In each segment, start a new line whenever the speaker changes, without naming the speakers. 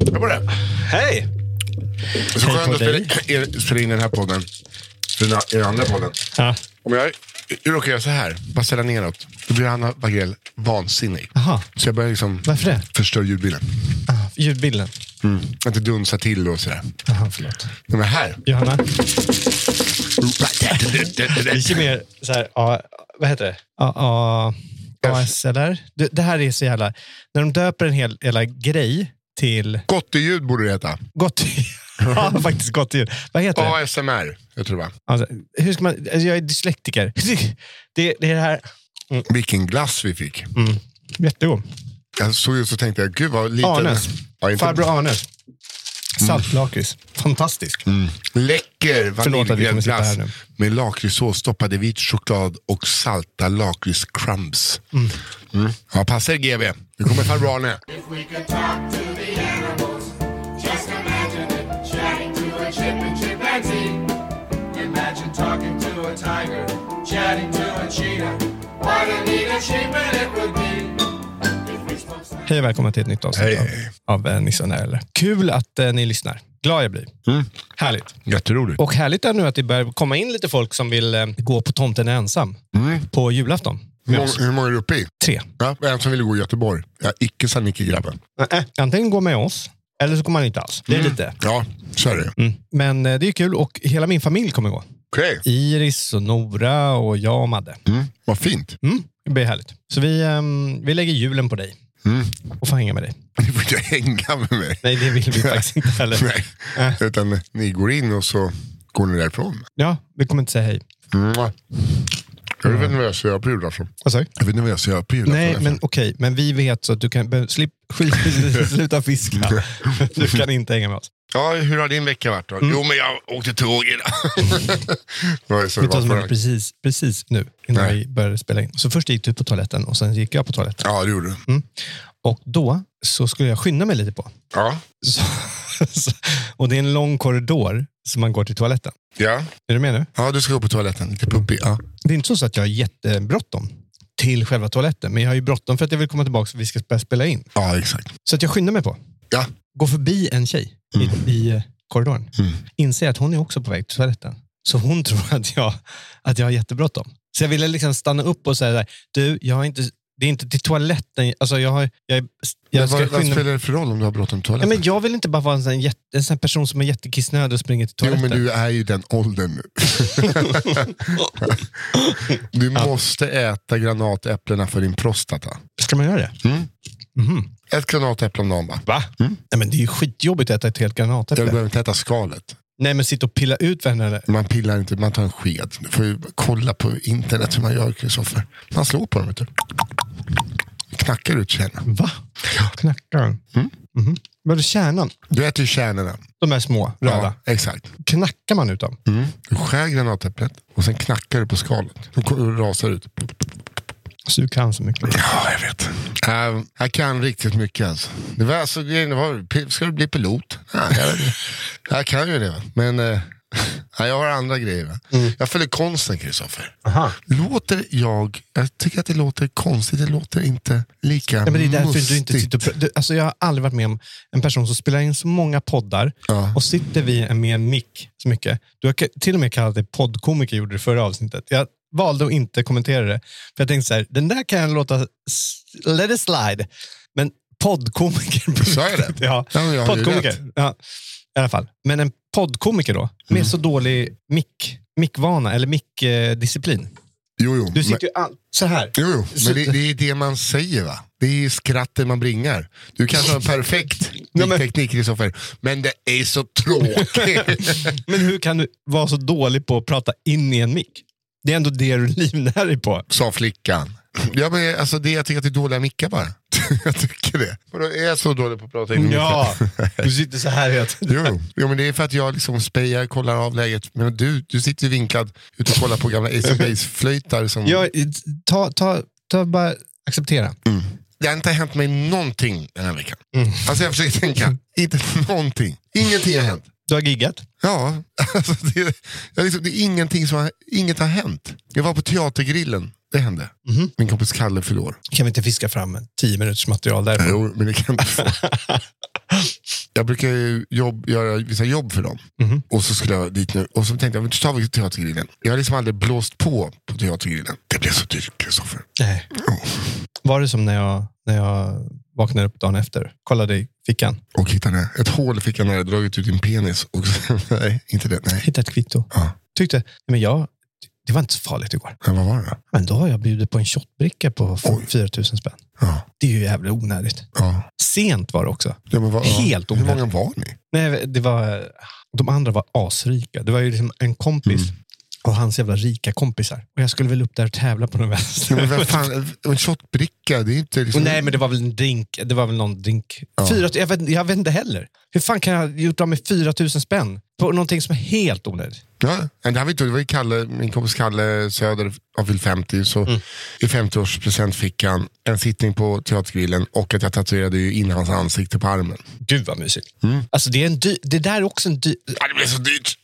Jag på det.
Hej!
Det är så skönt att spela, er, spela in den här podden. För den, er andra podden.
Ja.
Om jag råkar göra så här, bara ställa neråt. Då blir Anna Wagrell vansinnig.
Aha.
Så jag börjar liksom
Varför det?
förstöra ljudbilden.
Ah, ljudbilden.
Mm. Att det dunsar till och sådär.
Jaha, förlåt.
Men här.
Johanna? Mycket mer så här, ja, vad heter det? Ja, ja, ASLR? Du, Det här är så jävla... När de döper en hel jävla grej till
Gotteljud borde det heta.
gott... ja, faktiskt gott ljud. Vad heter det?
ASMR, jag tror det var.
Alltså, hur ska man... Alltså, jag är dyslektiker. Det, det är det här...
Vilken glass vi fick.
Mm. Jättegod.
Jag såg just och tänkte, jag, gud vad liten.
Arnes.
Ja, inte- Mm.
Farbror Arnes. Saltlakrits. Fantastisk.
Läcker
Förlåt att vi kommer sitta
vaniljgräddglass
här nu.
med lakritssås, stoppad i vit choklad och salta lakritscrumbs. Mm. Ja, passa er GB. Nu kommer farbror Arne.
Hej och välkomna till ett nytt avsnitt
Hej,
av,
hej.
av eh, Nissan eller. Kul att eh, ni lyssnar. Glad jag blir. Härligt.
Jätteroligt.
Och härligt är nu att det börjar komma in lite folk som vill eh, gå på tomten ensam på julafton.
Hur många- hur många är du uppe i?
Tre.
Ja, en som ville gå i Göteborg. Ja, icke Sannike grabben.
Äh, Mm. antingen gå med oss, eller så kommer man inte alls. Det är lite.
Ja, så är det.
Mm. Men eh, det är kul och hela min familj kommer gå.
Okej,
Iris och Nora och jag och Madde.
mm. vad fint.
Mm. Det blir härligt. Så vi, ehm, vi lägger julen på dig
Mm.
och får hänga med dig.
Ni får inte hänga med mig.
Nej, det vill vi faktiskt inte heller.
Nej.
Äh.
Utan ni går in och så går ni därifrån.
Ja, vi kommer inte säga hej.
Mm. Jag vet inte vad jag alltså. ska göra på julafton.
Vad sa du?
Jag vet inte vad jag ska göra på julafton.
Nej, men okej. Men vi vet så att du kan... be- Slipp, skit, sluta fiska. Du kan inte hänga med oss.
Ja, hur har din vecka varit
Mm.
då? Jo, men jag åkte tåg idag. det var ju så det
Vi tar
var
som
förra-
hände precis, precis nu, innan
Nej.
vi började spela in. Så först gick du på toaletten och sen gick jag på toaletten.
Ja, det gjorde du.
Och då så skulle jag skynda mig lite på.
Ja.
Så, så, och det är en lång korridor som man går till toaletten.
Ja.
Är du med nu?
ja, du ska gå på toaletten. Lite pumpig. Ja.
Det är inte så, så att jag har jättebråttom till själva toaletten, men jag har ju bråttom för att jag vill komma tillbaka för att vi ska börja spela in.
ja, exakt.
Så att jag skyndar mig på.
Ja.
Går förbi en tjej i, i eh, korridoren.
Mm.
Inser att hon är också på väg till toaletten. Så hon tror att jag, att jag har jättebråttom. Så jag ville liksom stanna upp och säga, så här, du, jag har inte, det är inte till toaletten. Alltså jag, har, jag, är- jag
Men
ska
vad, vad
skynda mig.
spelar det för roll om du har bråttom till
Ja,
toaletten?
men jag vill inte bara vara en sån, här jätte, en sån här person som är jättekissnödig och springer till
Jo,
toaletten.
men du är ju den åldern nu. du måste äta granatäpplena för din prostata.
Ska man göra det? Mhm.
Mm. Ett granatäpple om dagen, va?
Va? Nej, men det är ju skitjobbigt att äta ett helt
Du
granatäpple.
behöver inte äta skalet.
Nej, men sitta och pilla ut varandra.
Man pillar inte, man tar en sked. Du får ju kolla på internet hur man gör, Kristoffer. Man slår på dem, vet du. Knackar ut kärnan.
Va? Knackar den? Mm. Mm. Vadå kärnan?
Du äter ju kärnorna.
De är små, röda.
Ja, exakt.
Knackar man ut dem?
Mm. Du skär granatäpplet och sen knackar du på skalet. Då ko- rasar det ut.
Sug han så mycket.
Ja, jag vet. Äh, jag kan riktigt mycket alltså. Det var alltså grejen var, pi- ska du bli pilot? Ja, jag, jag kan ju det. va. Men eh, ja, jag har andra grejer. va. Jag följer konsten, Kristoffer.
Aha.
Låter jag, jag tycker att det låter konstigt, det låter inte lika
Ja, men det är därför
mustigt.
du inte sitter och... pr- Du, alltså, jag har aldrig varit med om en person som spelar in så många poddar
Ja.
och sitter vid med en mick så mycket. Du har k- till och med kallat dig poddkomiker gjorde du i förra avsnittet. Jag valde att inte kommentera det. För jag tänkte så här, den där kan jag låta... s- Let it slide. Men poddkomiker...
Sa jag det?
Ja,
Ja, men jag har ju rätt. Mm.
poddkomiker. Ja, I alla fall. Men en poddkomiker då, med så dålig mick, mickvana eller mickdisciplin.
Jo, jo.
Du
men-
sitter ju all, så här.
Jo, jo.
Så-
men det, det är det man säger va? Det är skratten man bringar. Du kanske har en perfekt
Nej, men-
teknik Kristoffer, men det är så tråkigt.
Men hur kan du vara så dålig på att prata in i en mick? Det är ändå det du livnär dig på.
Sa flickan. Ja, men alltså det, jag tycker att det är dåliga mickar bara. jag tycker det. Vadå, är jag så dålig på att prata in i
Ja,
micken?
du sitter så här hela tiden.
Jo, jo, men det är för att jag liksom spejar, kollar av läget. Men du, du sitter ju vinklad ute och kollar på gamla Ace of Base-flöjtar. Som...
Ja, ta, ta, ta bara acceptera.
Det har inte hänt mig någonting den här veckan. Alltså jag försöker tänka, inte någonting. Ingenting har hänt.
Du har giggat.
Ja, alltså det, jag liksom, det är ingenting som har, inget har hänt. Jag var på teatergrillen, det hände. Min kompis Kalle fyllde år.
Kan vi inte fiska fram en tio minuters material där?
Jo, men det kan inte få. Jag brukar ju jobb, göra vissa jobb för dem. Och så skulle jag dit nu. Och så tänkte jag, men då tar vi teatergrillen. Jag har liksom aldrig blåst på på teatergrillen. Det blev så dyrt, Kristoffer.
Nej. Var det som när jag, när jag vaknade upp dagen efter? Kollade i fickan.
Och hittade ett hål fick jag när jag dragit ut din penis. Och, nej, inte det. Nej.
Hittade ett kvitto.
Ja.
Tyckte, nej, men jag, det var inte så farligt igår.
Men vad var det då?
Men då har jag bjudit på en shotbricka på
Oj.
4 000 spänn.
Ja,
Det är ju jävla onödigt.
ja.
Sent var det också.
Ja, men vad, ja.
Helt
Hur många
onödigt.
var ni?
Nej, det var, de andra var asrika. Det var ju liksom en kompis
Mm.
och hans jävla rika kompisar. Och jag skulle väl upp där och tävla på någon
Ja, men
vänster.
vad fan, en shotbricka, det är inte liksom...
Och nej, men det var väl en drink. Det var väl någon drink.
Ja.
Fyra, jag, vet, jag vet inte heller. Hur fan kan jag ha gjort av med 4 000 spänn på någonting som är helt onödigt?
Ja, men det, här vet du, det var ju Kalle, min kompis Kalle Söder, han fyllt 50. Så
Mm.
I 50-årspresent fick han en sittning på Teatergrillen och att jag tatuerade ju in hans ansikte på armen.
Gud vad mysigt.
Mm.
Alltså, det, är en dy- det där är också en dyr...
Ja, det blev så dyrt!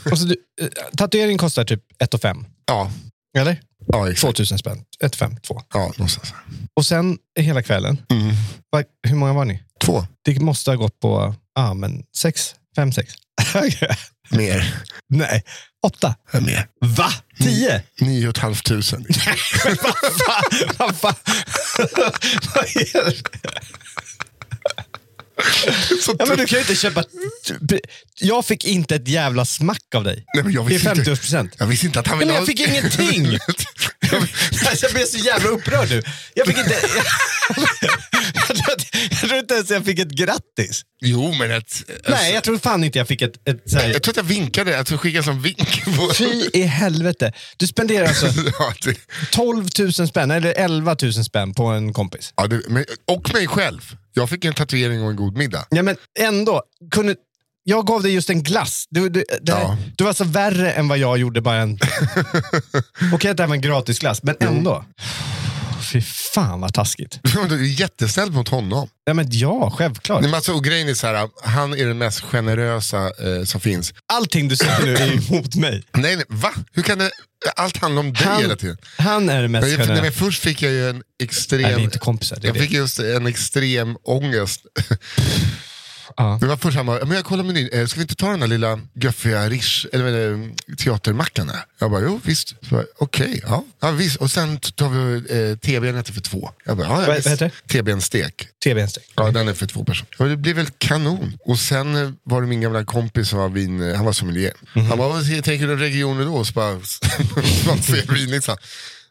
Alltså, du, eh, tatuering kostar typ 1 500.
ja,
Eller?
ja, exakt.
2000 spänn. 1 500, 2.
Ja, någonstans.
Och sen eh, hela kvällen.
Mm.
Va, hur många var ni?
Två
Det måste ha gått på ah, men sex, fem, sex.
mer.
Nej, åtta.
Ja, mer.
Va? Tio?
Nio och ett halvt tusen.
Men vad fan? Vad fan? Vad är det?
Så
Ja, men du kan ju inte köpa... Jag fick inte ett jävla smack av dig.
Nej, men jag
det är
visste inte-
50%.
Jag visste inte att han
Nej,
ville
men jag
ha-
fick ingenting. Alltså, jag blev så jävla upprörd nu. Jag fick inte... Jag tror att- jag tror inte ens jag fick ett grattis.
jo, men ett,
Nej, jag tror fan inte jag fick ett... ett så här...
jag tror att jag vinkade. Jag tror jag skickade en sån vink. På...
Fy i helvete. Du spenderar alltså
Ja, det,
12 000 spänn, eller 11 000 spänn på en kompis.
ja, det, men, och mig själv. Jag fick en tatuering och en god middag.
Ja, men ändå. Kunde, jag gav dig just en glass. Du, du, det, här-
Ja.
du var alltså värre än vad jag gjorde. bara en... Okej att det här var en gratis glass, men ändå. Fy fan vad taskigt.
Du är jättesnäll mot honom.
Ja, men ja, självklart.
Nej, men alltså, och grejen är så här, han är den mest generösa eh, som finns.
Allting du säger nu är emot mig.
Nej, nej, va? Hur kan det, allt handla om dig hela
Han,
tiden?
han är det mest
Men, jag- nej,
generösa.
men först fick jag ju en extrem...
Nej, vi är inte kompisar. Det är
jag
det.
fick just en extrem ångest.
Ja.
Det var först han bara, men jag kollar menyn, eh, ska vi inte ta den här lilla göffiga rish, eller, eller mm, teatermackan där? Jag bara, jo visst. Så bara, Okej, ja. ja visst. Och sen tar vi eh, TB'n för två. Jag bara, ja, ja,
Vad-
visst.
vad heter
TB'n-stek.
Tv en steg.
Ja, den är för två personer. Ja, det blir väl kanon. Och sen eh, var det min gamla kompis som var vin, eh, han var sommelier.
Mhm.
Han bara, vad tänker du om regioner då? Och så bara, så bara ser vinlistan.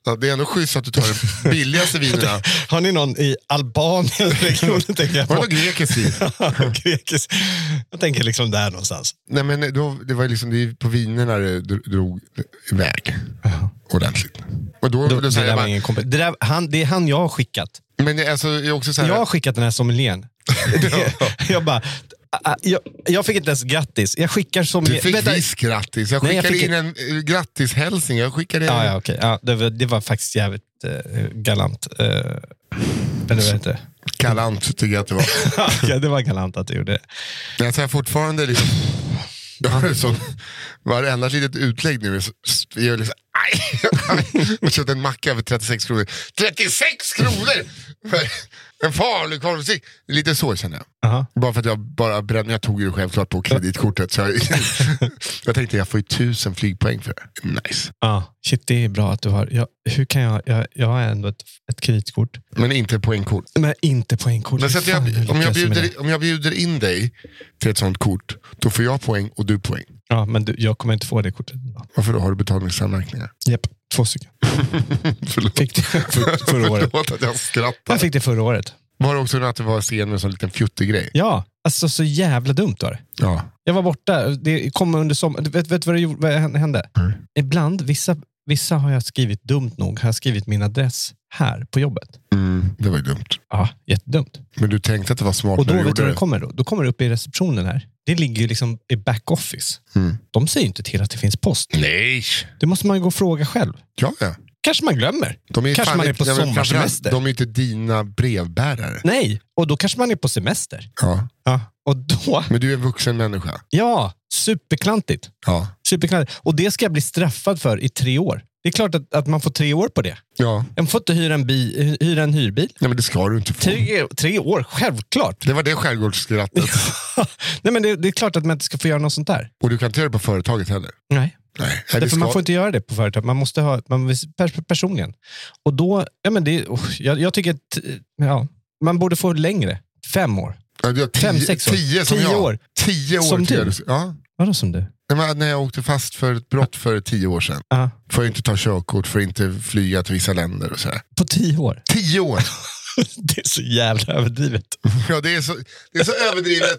Ja, det är ändå schysst att du tar de billigaste vinerna.
Har ni någon i Albanien-regionen? tänker jag
Var det
på.
någon grekisk vin?
Grekis. Jag tänker liksom där någonstans.
Nej, men då, det var ju liksom det är på vinerna det dro- drog iväg ordentligt. Och då,
Då,
då,
det,
så här,
där
jag
var
bara,
ingen kompis. Det, där, han, det är han jag har skickat.
men det, alltså, jag är också så här,
Jag har skickat den här sommelieren. Det- jag bara... ah, ah, Jag, jag fick inte ens grattis. Jag skickar
du
sommelier...
fick
Vänta.
visst grattis. Jag
Nej, jag
skickade
fick-
in en eh, grattishälsning. Jag skickade
Ja,
en
ja, okej. ja, det, var- det var faktiskt jävligt eh, galant. Eh, eller vad heter det?
galant, tycker jag att det var.
ja, det var galant att du gjorde det.
Men jag tar fortfarande liksom... Jag har sån, varenda litet utlägg nu är så, jag är liksom, aj, aj. Jag köpte en macka för 36 kronor. 36 kronor! För, En falukorvsstick. Lite så känner jag.
Jaha.
Bara för att jag bara brände, jag tog ju det självklart på kreditkortet. Så jag, jag tänkte jag får ju tusen flygpoäng för det. Nice.
Ja, shit, det är bra att du har... Jag, hur kan jag, jag, jag har ändå ett, ett kreditkort.
Men inte poängkort.
Men inte poängkort.
Men så att
Fan,
jag, om, jag
lyckas med det.
bjuder, om jag bjuder in dig till ett sånt kort, då får jag poäng och du poäng.
Ja, men du, jag kommer inte få det kortet. idag.
Varför då? Har du betalningsanmärkningar?
Japp, två stycken.
Förlåt.
Fick det för, förra året.
Förlåt att jag
Jag
skrattar.
fick det förra året.
Var det också att du var sen med en sån liten fjuttig grej?
Ja, alltså så jävla dumt var det.
Ja.
Jag var borta. Det kom under sommaren. Vet, vet du vad, det gjorde- vad hände?
Nej.
Ibland, vissa, vissa har jag skrivit dumt nog, har jag skrivit min adress här på jobbet.
Mm, det var ju dumt.
Ja, jättedumt.
Men du tänkte att det var smart
Och då
när du
vet
gjorde
du vad
det?
det kommer då? Då kommer det upp i receptionen här. Det ligger ju liksom i back office.
Mm.
De säger ju inte till att det finns post.
Nej!
Det måste man ju gå och fråga själv.
Ja, ja.
Kanske man glömmer.
De är
Kanske
fan
man är
inte-
på
ja, men framförallt,
sommarsemester.
De är inte dina brevbärare.
Nej, och då kanske man är på semester.
Ja.
Ja. Och då,
Men du är en vuxen människa.
ja, superklantigt.
Ja.
superklantigt. Och det ska jag bli straffad för i tre år. Det är klart att, att man får tre år på det.
ja.
Jag får inte hyra en, bi, hyra en hyrbil.
Nej, men det ska du inte få.
Tre, tre år, självklart.
Det var det skärgårdsskrattet.
Nej, men det, det är klart att man inte ska få göra något sånt där.
Och du kan inte göra det på företaget heller.
Nej.
Nej, det
Därför
ska...
man får inte göra det på företag. Man måste ha man, pers, personligen. Och då, ja, men det, oh, jag, jag tycker att ja, man borde få längre. Fem år.
Ja, du har tio,
Fem, sex år.
Tio som
Tio
jag.
år.
Tio år
Som
till
du.
jag- Ja.
Vadå som du?
Nej, men När jag åkte fast för ett brott för tio år sedan.
Ja.
Får jag inte ta körkort, får jag inte flyga till vissa länder och sådär.
På tio år?
Tio år!
Det är så jävla överdrivet.
Ja, det, är så, det är så överdrivet.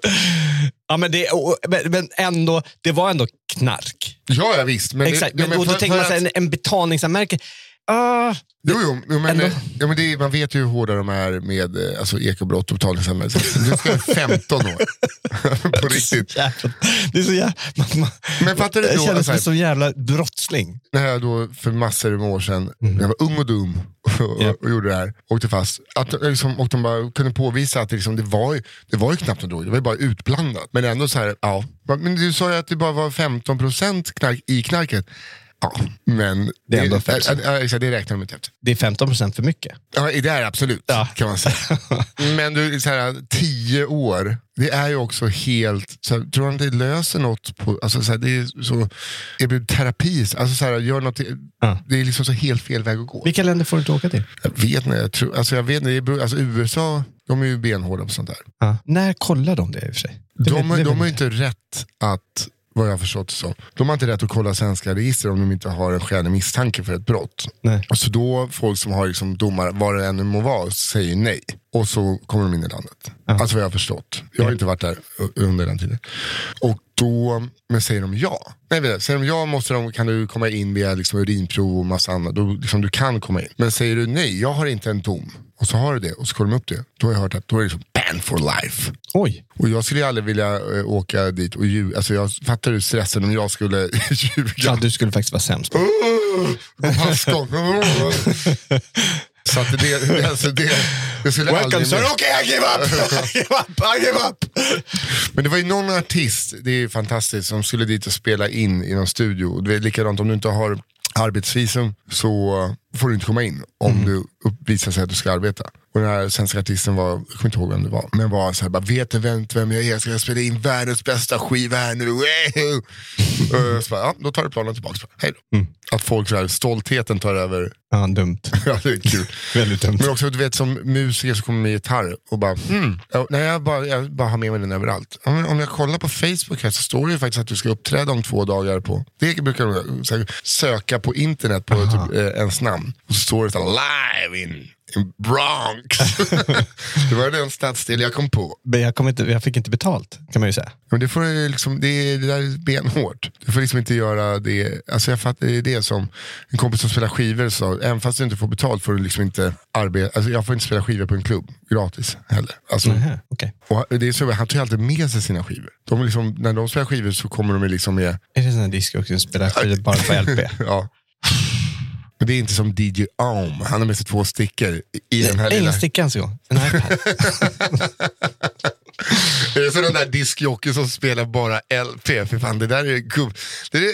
Ja, men, det, och, och- men, men ändå, det var ändå knark.
Ja, ja visst. Men
Exakt.
Det, ja,
Men, och då
för-
tänker man
för
sig
att-
en, en betalningsanmärkning. Ah,
Jo, jo, jo men,
Ändå.
eh, ja, men det är, man vet ju hur hårda de är med eh, alltså, ekobrott och betalningsanmälningar. Så Du ska ha 15 år. På riktigt.
Det är så jävla... Det är så jävla man, man,
Typ. Men fattar du
jag
då,
känner
alltså
mig
här-
som jävla brottsling.
När jag då för massor av år sedan,
Mm.
när jag var ung och dum och,
Japp.
och gjorde det här, åkte fast. Att, eh, liksom, och de bara kunde påvisa att det, liksom, det, var, ju, det var ju knappt någon drog, det var ju bara utblandat. Men ändå så här, ja. Men du sa ju att det bara var 15% knark i knarket. Ja, men
Det är ändå fem.
Ja, ja, äh, exakt, det räknar de inte efter.
Det är 15 procent för mycket.
Ja, i det här absolut
Ja.
kan man säga. Men du, så här, tio år, det är ju också helt, så här, tror du inte det löser något? På, alltså, så här, det är så, erbjud terapi, alltså, så här, gör något,
Ja.
det är liksom så helt fel väg att gå.
Vilka länder får du inte åka till?
Jag vet inte, jag tror, alltså, jag vet inte, det beror- alltså, USA, de är ju benhårda på sånt där.
När kollar de det i och för sig? Det vet-
De, har-
det
de
vet
har ju
jag.
inte rätt att, vad jag har förstått det som, de har inte rätt att kolla svenska register om de inte har en skälig misstanke för ett brott.
Nej.
Och så då folk som har liksom domar, vad det än må vara, säger nej. Och så kommer de in i landet. Alltså vad jag har förstått. Jag har inte varit där u- under den tiden. Och då, men säger de ja? Nej, vet jag, säger de ja måste de, kan du komma in via liksom urinprov och massa annat. Då, liksom, du kan komma in. Men säger du nej, jag har inte en dom. Och så har du det och så kollar de upp det. Då har jag hört att då är det liksom ban for life.
Oj,
Och jag skulle ju aldrig vilja eh, åka dit och ljuga. Alltså jag fattar du stressen om jag skulle ljuga.
ja, du skulle faktiskt vara sämst.
Äh, Och Passgång. Så att det, det- alltså det, det skulle jag aldrig... mer-
Okay, I give up! I give up! I give up!
Men det var ju någon artist, det är ju fantastiskt, som skulle dit och spela in i någon studio. Och Det är likadant om du inte har arbetsvisum så får du inte komma in om du upp- visar sig att du ska arbeta. Och den här svenska artisten var, jag kommer inte ihåg vem det var, men var så här, bara, vet ni vem, vem jag är? Ska jag spela in världens bästa skiva här nu? Wahoo! Eh, så bara, ja, då tar du planen tillbaka. Bara, Hej då. Att folk, så här, stoltheten tar över.
Ja, dumt.
ja, det är kul.
Väldigt dumt.
Men också du vet som musiker så kommer med gitarr och bara, hmm, ja, nej, jag, bara jag bara har med mig den överallt. Ja, men Om jag kollar på Facebook här så står det ju faktiskt att du ska uppträda om två dagar på, det brukar de så här, söka på internet på typ, eh, ens namn. Och så står det så här, live in, in Bronx. det var den stadsdel jag kom på.
Men jag, kom inte, jag fick inte betalt, kan man ju säga.
Men det, får du liksom, det, är- det där är benhårt. Du får liksom inte göra det. Alltså jag fattar, det är det som en kompis som spelar skivor sa. Även fast du inte får betalt får du liksom inte arbeta. Alltså jag får inte spela skivor på en klubb gratis heller. Alltså,
Nähä, okej.
och det är så, han tar ju alltid med sig sina skivor. De är liksom, när de spelar skivor så kommer de ju liksom med,
Är det sån här discjockey som spelar skivor bara på LP?
ja. Men det är inte som DJ Aum. Han har med sig två stickor i den här lilla...
Ingen sticka ens en gång. En iPad.
I det är så den där diskjocken som spelar bara LP. För fan, det där är gubb... Det är det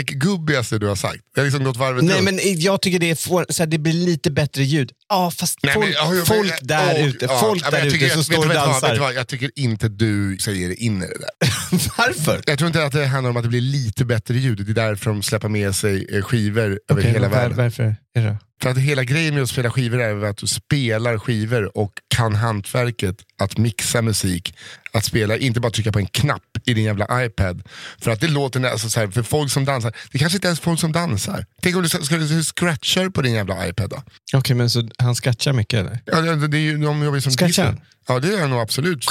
high-tech-gubbigaste du har sagt. Det har liksom gått varvet
Nej,
runt.
men jag tycker det, är får, så här, det blir lite bättre ljud. Ja, fast
Nej, men-
folk,
ja, men-
folk
ja,
där
och-
ute,
ja,
folk
men jag
där ute
tycker-
som
vet-
står och
vet du vad, vet du
dansar.
vad, Jag tycker inte du säger det in i det där.
Varför?
Jag tror inte att det handlar om att det blir lite bättre ljud. Det är därför de släpper med sig eh, skivor över
Okej,
hela
var-
världen.
Varför är det?
För att hela grejen med att spela skivor är att du spelar skivor och kan hantverket att mixa musik. Att spela, inte bara trycka på en knapp i din jävla iPad. För att det låter nä- alltså så här, för folk som dansar, det kanske inte ens är folk som dansar. Tänk om du, ska, ska du scratchar på din jävla iPad då?
Okej, men så han scratchar mycket eller?
Ja, det, det är ju, de jobbar ju som
Scratchar?
DJ. Ja det gör jag nog absolut.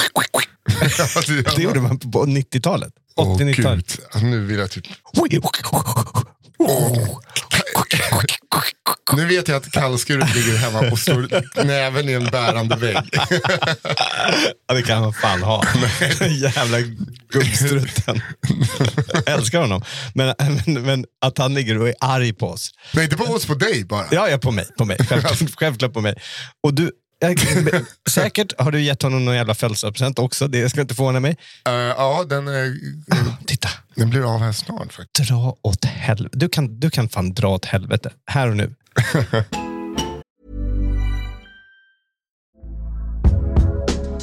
Ja, gör
Det
jag.
gjorde man på 90-talet.
Åh,
80-90-talet.
gud. Alltså, nu vill jag typ... Nu vet jag att kallskuret ligger hemma och står näven i en bärande vägg.
Ja, det kan man fan ha. Jävla gubbstrutten. Jag älskar honom. Men, men, men att han ligger och är arg på oss.
Nej, inte på oss, på dig bara.
Ja, ja på mig. På mig. Självklart, självklart på mig. Och du, jag, säkert har du gett honom någon jävla födelsedagspresent också. Det ska inte förvåna mig.
Eh, ja, den, eh,
Titta,
den blir av här snart faktiskt.
dra åt helvete. Du kan, du kan fan dra åt helvete. Här och nu.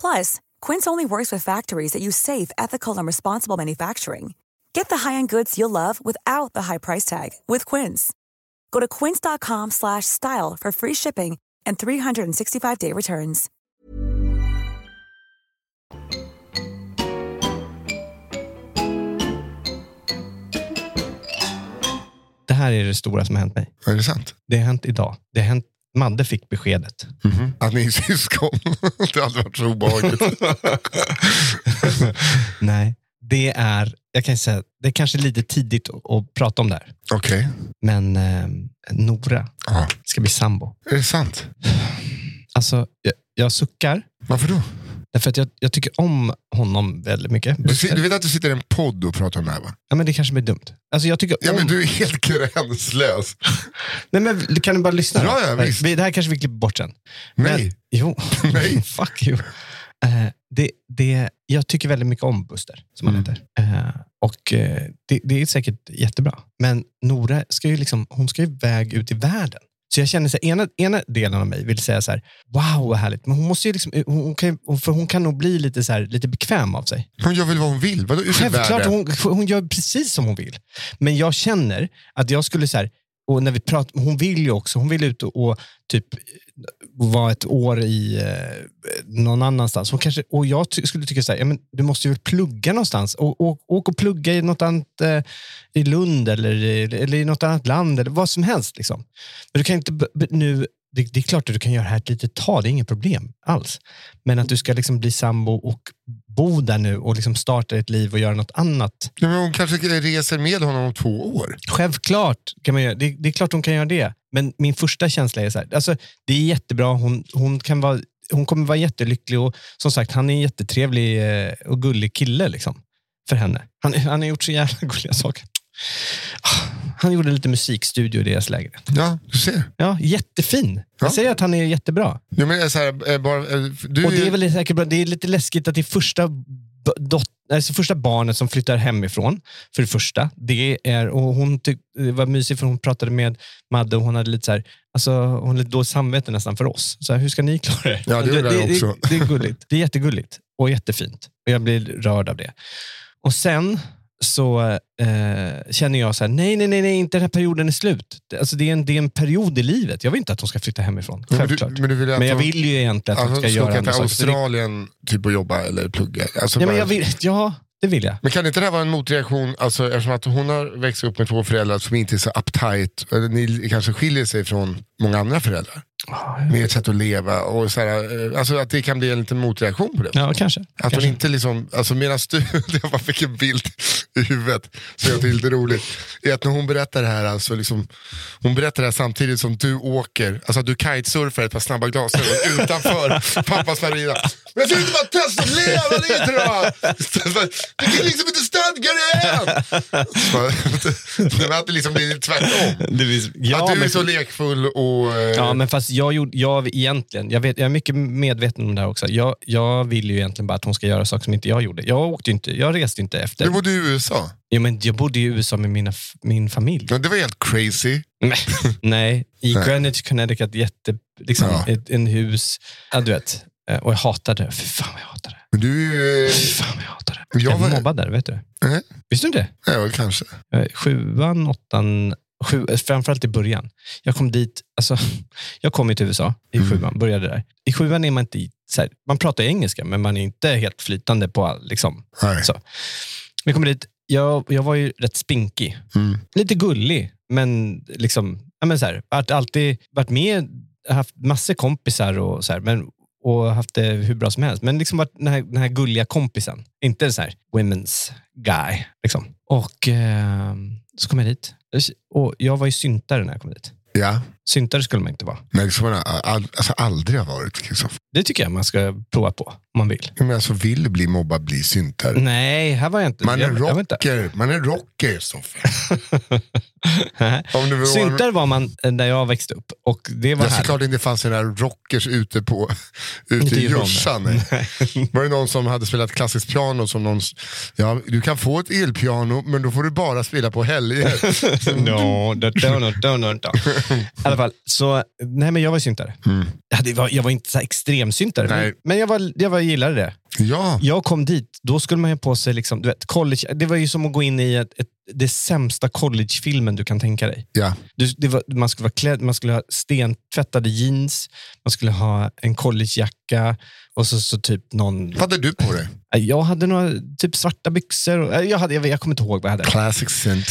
Plus, Quince only works with factories that use safe, ethical, and responsible manufacturing. Get the high-end goods you'll love without the high price tag with Quince. Go to quince.com/style slash style for free shipping and 365-day returns.
Det här är det stora som har hänt mig.
Är det sant?
Det har hänt idag. Det har hänt. Madde fick beskedet.
Att ni är syskon. det hade varit så obehagligt.
Nej, det är, jag kan säga, det är kanske lite tidigt att, att prata om det här.
Okej.
Men eh, Nora
Ja.
ska bli sambo.
Är det sant?
Alltså, jag, jag suckar.
Varför då?
Därför att jag, jag tycker om honom väldigt mycket.
Du, si- du vet att du sitter i en podd och pratar om det här va?
Ja, men det kanske blir dumt. Alltså, jag tycker
Ja,
om...
men du är helt gränslös.
Nej, men kan du bara lyssna? då?
Ja, ja, visst.
Vi- Det här kanske vi klipper bort sen.
Nej.
Jo.
Nej.
Fuck you. Eh, det, det, jag tycker väldigt mycket om Buster, som han
Mm.
heter. Eh, och eh, det, det är säkert jättebra. Men Nora ska ju liksom, hon ska ju iväg ut i världen. Så jag känner så här, ena, ena delen av mig vill säga så här, wow vad härligt. Men hon måste ju liksom, hon, hon kan, ju- för hon kan nog bli lite, så här, lite bekväm av sig.
Hon gör väl vad hon vill? Vadå ut i
Självklart,
världen?
hon, hon gör precis som hon vill. Men jag känner att jag skulle så här, och när vi pratar, hon vill ju också, hon vill ut och, och typ vara ett år i eh, någon annanstans. Hon kanske, och jag ty- skulle tycka så här, ja, men du måste ju plugga någonstans. Och, och, åk och plugga i något annat, eh, i Lund eller, i- eller i något annat land eller vad som helst. Liksom. Men du kan inte b- b- nu, det, det är klart att du kan göra det här ett litet tag, det är inget problem alls. Men att du ska liksom bli sambo och bo där nu och liksom starta ett liv och göra något annat.
Ja, men hon kanske reser med honom om två år.
Självklart kan man göra det. Det är klart hon kan göra det. Men min första känsla är så här, alltså, det är jättebra. Hon, hon, kan vara, hon kommer vara jättelycklig och som sagt, han är en jättetrevlig eh, och gullig kille liksom, för henne. Han, han har gjort så jävla gulliga saker. Ah, Han gjorde en liten musikstudio i deras lägenhet.
Ja, du ser.
Ja, jättefin.
Ja.
Jag säger att han är jättebra.
Jo, men det är så här, eh, bara, eh, du
Och
är
det
ju-
är väl säkert bra. Det är lite läskigt att det är första, b- dot, alltså första barnet som flyttar hemifrån, för det första. Det är, och hon tyck, det var mysigt för hon pratade med Madde och hon hade lite så här, alltså, hon hade lite dåligt samvete nästan för oss. Så här, hur ska ni klara det?
Ja, det gjorde jag också.
Det, är gulligt. Det är jättegulligt och jättefint. Och jag blir rörd av det. Och sen så eh, känner jag så här, nej, nej, nej, nej, inte den här perioden är slut. Alltså, det, är en, det är en period i livet. Jag vill inte att hon ska flytta hemifrån.
men du-
Självklart. Men,
men du vill ju att
jag
hon-
vill ju egentligen att hon
Alltså,
ska
ska
göra
åka
andra
till
saker. Så det-
Australien typ, och jobba eller plugga. Alltså,
Ja, men,
bara-
jag vill, ja, det vill jag.
men kan inte det här vara en motreaktion, alltså, eftersom att hon har växt upp med två föräldrar som inte är så uptight, eller ni kanske skiljer sig från många andra föräldrar med ert sätt att leva. Och så här, eh, alltså, att det kan bli en liten motreaktion på det.
Ja, kanske.
Att hon
kanske.
inte liksom, alltså medan du, jag bara fick en bild i huvudet som jag tyckte är lite roligt. Är att när hon berättar det här, alltså liksom, hon berättar det här samtidigt som du åker, alltså att du kitesurfar ett par snabba glasögon utanför pappas marina. Men jag tänkte bara testa att leva lite då! Du kan liksom inte stadga dig än! Så bara- Men att det liksom blir tvärtom.
Det vis- ja,
att du är
men,
så lekfull och... eh,
ja, men fast jag gjorde, jag egentligen, jag, vet, jag är mycket medveten om det här också. Jag, jag vill ju egentligen bara att hon ska göra saker som inte jag gjorde. Jag åkte ju inte, jag reste inte efter.
Du bodde i USA.
Jo, men jag bodde i USA med mina, f- min familj.
Men Det var helt crazy.
Nej, Nej, i
Nej.
Greenwich, Connecticut, jätte, liksom,
Ja.
ett, en hus. Ja, du vet. Eh, Och jag hatade det. Fy fan vad jag hatade det.
Men du... eh,
Fy fan vad jag hatade det.
Jag
Jag
var-
var mobbad där, vet du.
Nej.
Visste du inte det?
Ja, kanske.
Eh, sjuan, åttan, sju, eh, framförallt i början. Jag kom dit, alltså, jag kom ju till USA i
Mm.
sjuan, började där. I sjuan är man inte, i- så här, man pratar engelska, men man är inte helt flytande på all, liksom.
Nej.
Så. Vi kom dit, jag, jag var ju rätt spinkig.
Mm.
Lite gullig, men liksom, ja men så här, varit, alltid varit med, haft massor kompisar och så här, men och haft det hur bra som helst. Men liksom varit den här, den här gulliga kompisen. Inte så här women's guy. Liksom. Och eh, så kom jag dit. Och jag var ju syntare när jag kom dit.
Ja.
Syntare skulle man inte vara.
Nej, det ska man all, all, alltså aldrig ha varit. Liksom.
Det tycker jag man ska prova på om man vill.
Men alltså vill bli mobbad, bli syntare.
Nej, här var jag inte.
Man är
jag, jag var inte.
rocker, man är rocker Stoffe. Om du vill vara-
Syntare var man eh, när jag växte upp. Och det var
Det är
här.
såklart inte fanns den där rockers ute, på, ute
Inte
i
i Rom,
Jossan. nej. Var det någon som hade spelat klassiskt piano som någon, s- ja du kan få ett elpiano men då får du bara spela på helger.
No, don't, don't, don't, don't. I alla fall, så, nej men jag var syntare. Ja, det var, jag var inte så här extremsyntare,
Mm. Nej.
men, men jag, var, jag var, gillade det.
ja,
Jag kom dit, då skulle man ha på sig liksom, du vet, college. Det var ju som att gå in i ett, ett, det sämsta collegefilmen du kan tänka dig.
ja.
Du, det var, man, skulle vara klädd, man skulle ha stentvättade jeans, man skulle ha en collegejacka och så, så typ någon...
Vad hade du på dig?
Äh, Jag hade några typ svarta byxor. Och, jag, hade, jag, vet- jag kommer inte ihåg vad jag hade. Ah,
Classic synt.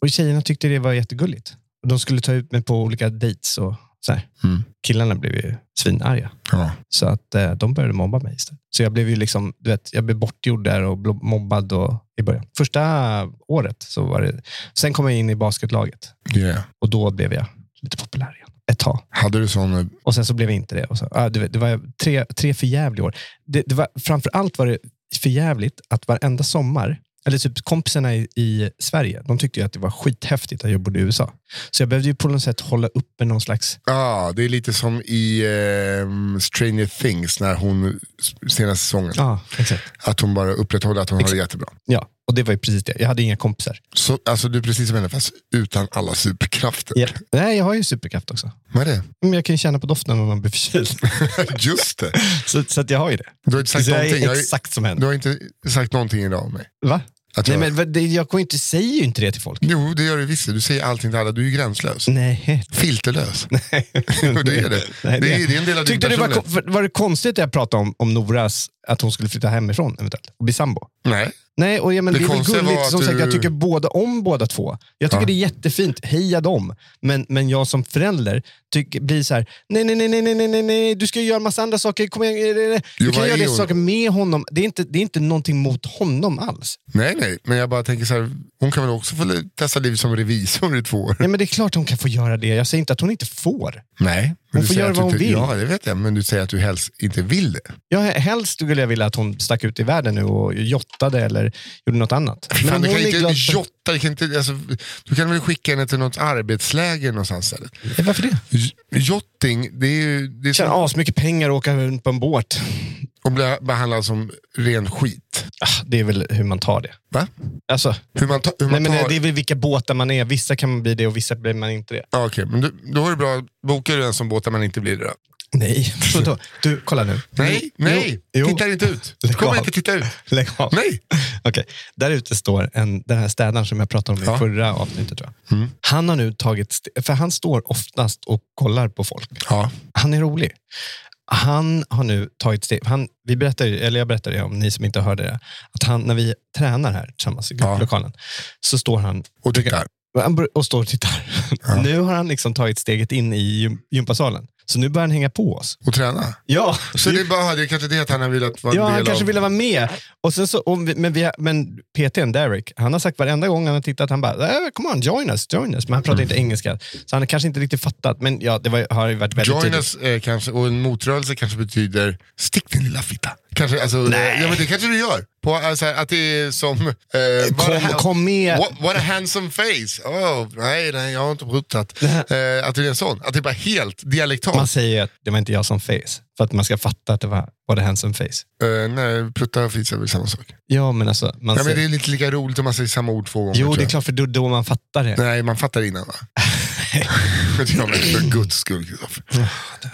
Och tjejerna tyckte det var jättegulligt. Och De skulle ta ut mig på olika dates och så här.
Mm.
Killarna blev ju svinarga.
Ja.
Så att eh, de började mobba mig istället. Så jag blev ju liksom, du vet, jag blev bortgjord där och blev mobbad och, i början. Första året så var det... Sen kom jag in i basketlaget
Yeah.
och då blev jag lite populär igen. Ett tag.
Hade du sån, eh,
Och sen så blev jag inte det. Och så, ah, du vet, det var tre, tre förjävliga år. Det, det var, framför allt var det förjävligt att varenda sommar, eller typ kompisarna i, i Sverige, de tyckte ju att det var skithäftigt att jag bodde i USA. Så jag behövde ju på något sätt hålla uppe någon slags...
ja, det är lite som i eh, Stranger Things när hon, senaste säsongen,
Ja, exakt.
att hon bara upprätthåller att hon har det jättebra.
Ja, och det var ju precis det. Jag hade inga kompisar.
Så, alltså du är precis som henne fast utan alla superkrafter.
Ja. Nej, jag har ju superkraft också.
Vad är det?
Men jag kan ju känna på doften om man blir förkyld.
Just det.
så, så att jag har ju det.
Du har inte sagt
så jag
någonting. Jag
är
har-
exakt som
Du
henne.
har inte sagt någonting idag om mig.
Va?
Att
Nej,
jag,
men vad- det, jag går ju inte, säger ju inte det till folk.
Jo, det gör du visst. Du säger allting till alla. Du är ju gränslös.
Mm. Nej,
Filterlös. Jo, det är det.
Nej,
Det är- det är en del av din
Tyckte du det var,
personlighet.
var det konstigt att jag pratade om, om Noras, att hon skulle flytta hemifrån eventuellt och bli sambo?
Nej.
Nej, och ja, men
Det
det, är väl
konstiga var
gulligt.
att
Som sagt,
du-
jag tycker båda om båda två. Jag tycker
Ja.
det är jättefint. Heja dem. Men, men jag som förälder tycker, blir så här, nej, nej, nej, nej, nej, nej, nej, nej, du ska göra massa andra saker. Kom igen, nej, nej, nej. Du
Jo,
kan
vad
göra
är
det
hon?
saker med honom. Det är, inte, det är inte någonting mot honom alls.
nej, nej. Men jag bara tänker så här. Hon kan väl också få testa livet som revisor i två år?
Nej, men det är klart hon kan få göra det. Jag säger inte att hon inte får.
Nej,
Hon
du
får
säger
göra
att du
vad hon
inte-
vill.
Ja, det vet jag. Men du säger att du helst inte vill det.
Ja, helst skulle jag vilja att hon stack ut i världen nu och jottade eller gjorde något annat.
Men Fan, du
hon
kan
är
inte
glad för-
jotta, du kan, inte, alltså, du kan väl skicka henne till något arbetsläger någonstans eller?
Eh, Varför det?
J- Jotting, det är ju det är
Tjäna
som,
asmycket pengar och åka runt på en båt.
att bli behandlad som ren skit.
Ah, Det är väl hur man tar det.
Va?
Alltså,
Hur man, ta, hur
nej,
man
men eh,
tar...
det är väl vilka båtar man är. Vissa kan man bli det och vissa blir man inte det.
Ja, okej, men du, då är det bra. Bokar du en som båt där man inte blir det då?
Nej. Vadå? Du, kolla nu.
Nej,
Jo,
nej.
jo.
Tittar inte ut.
Lägg
Kom
av.
inte titta ut.
Lägg av.
Nej.
Okej. Där ute står en, den här städaren som jag pratade om i
Ja. Mm.
förra avsnittet. Tror jag. Han har nu tagit... st- För han står oftast och kollar på folk.
Ja.
Han är rolig. Han har nu tagit steg. Han, vi berättar, ju- eller jag berättade ju om ni som inte hörde det, att han, när vi tränar här tillsammans i
Ja.
lokalen, så står han
Och tittar.
han bör- och står och tittar. Nu har han liksom tagit steget in i gym- gympasalen. Så nu börjar han hänga på oss.
Och träna.
Ja,
Så det är bara det är kanske det att han har velat vara en
ja han
del
kanske
av.
ville vara med. Och sen så, om vi, men, vi, har- men PTn, Derek, han har sagt varenda gång han har tittat, han bara, "Eh, come on, join us, join us. Men han pratar
Mm.
inte engelska. Så han har kanske inte riktigt fattat. Men ja, det var, har ju varit väldigt
Join
tydligt.
us eh, kanske, och en motrörelse kanske betyder stick din lilla fitta. Kanske, alltså, eh, ja, men det kanske du gör. På, alltså, att det är som... Eh, what a
Kom,
ha-
kom med.
What, what a handsome face. Oh, nej, nej, jag har inte pruttat. Eh, att det är en sån. Att det är bara helt
Man
dialektalt.
säger ju att det var inte jag som face, för att man ska fatta att det var, var det handsome face.
Eh, nej, prutta och fis är väl samma sak.
Ja, men alltså. Man
Ja, men
säger,
det är lite lika roligt om man säger samma ord två gånger.
jo,
tror
det är
jag.
klart, för då, då man fattar det.
Nej, man fattar innan va? Men jag menar, för guds skull. Kristoffer.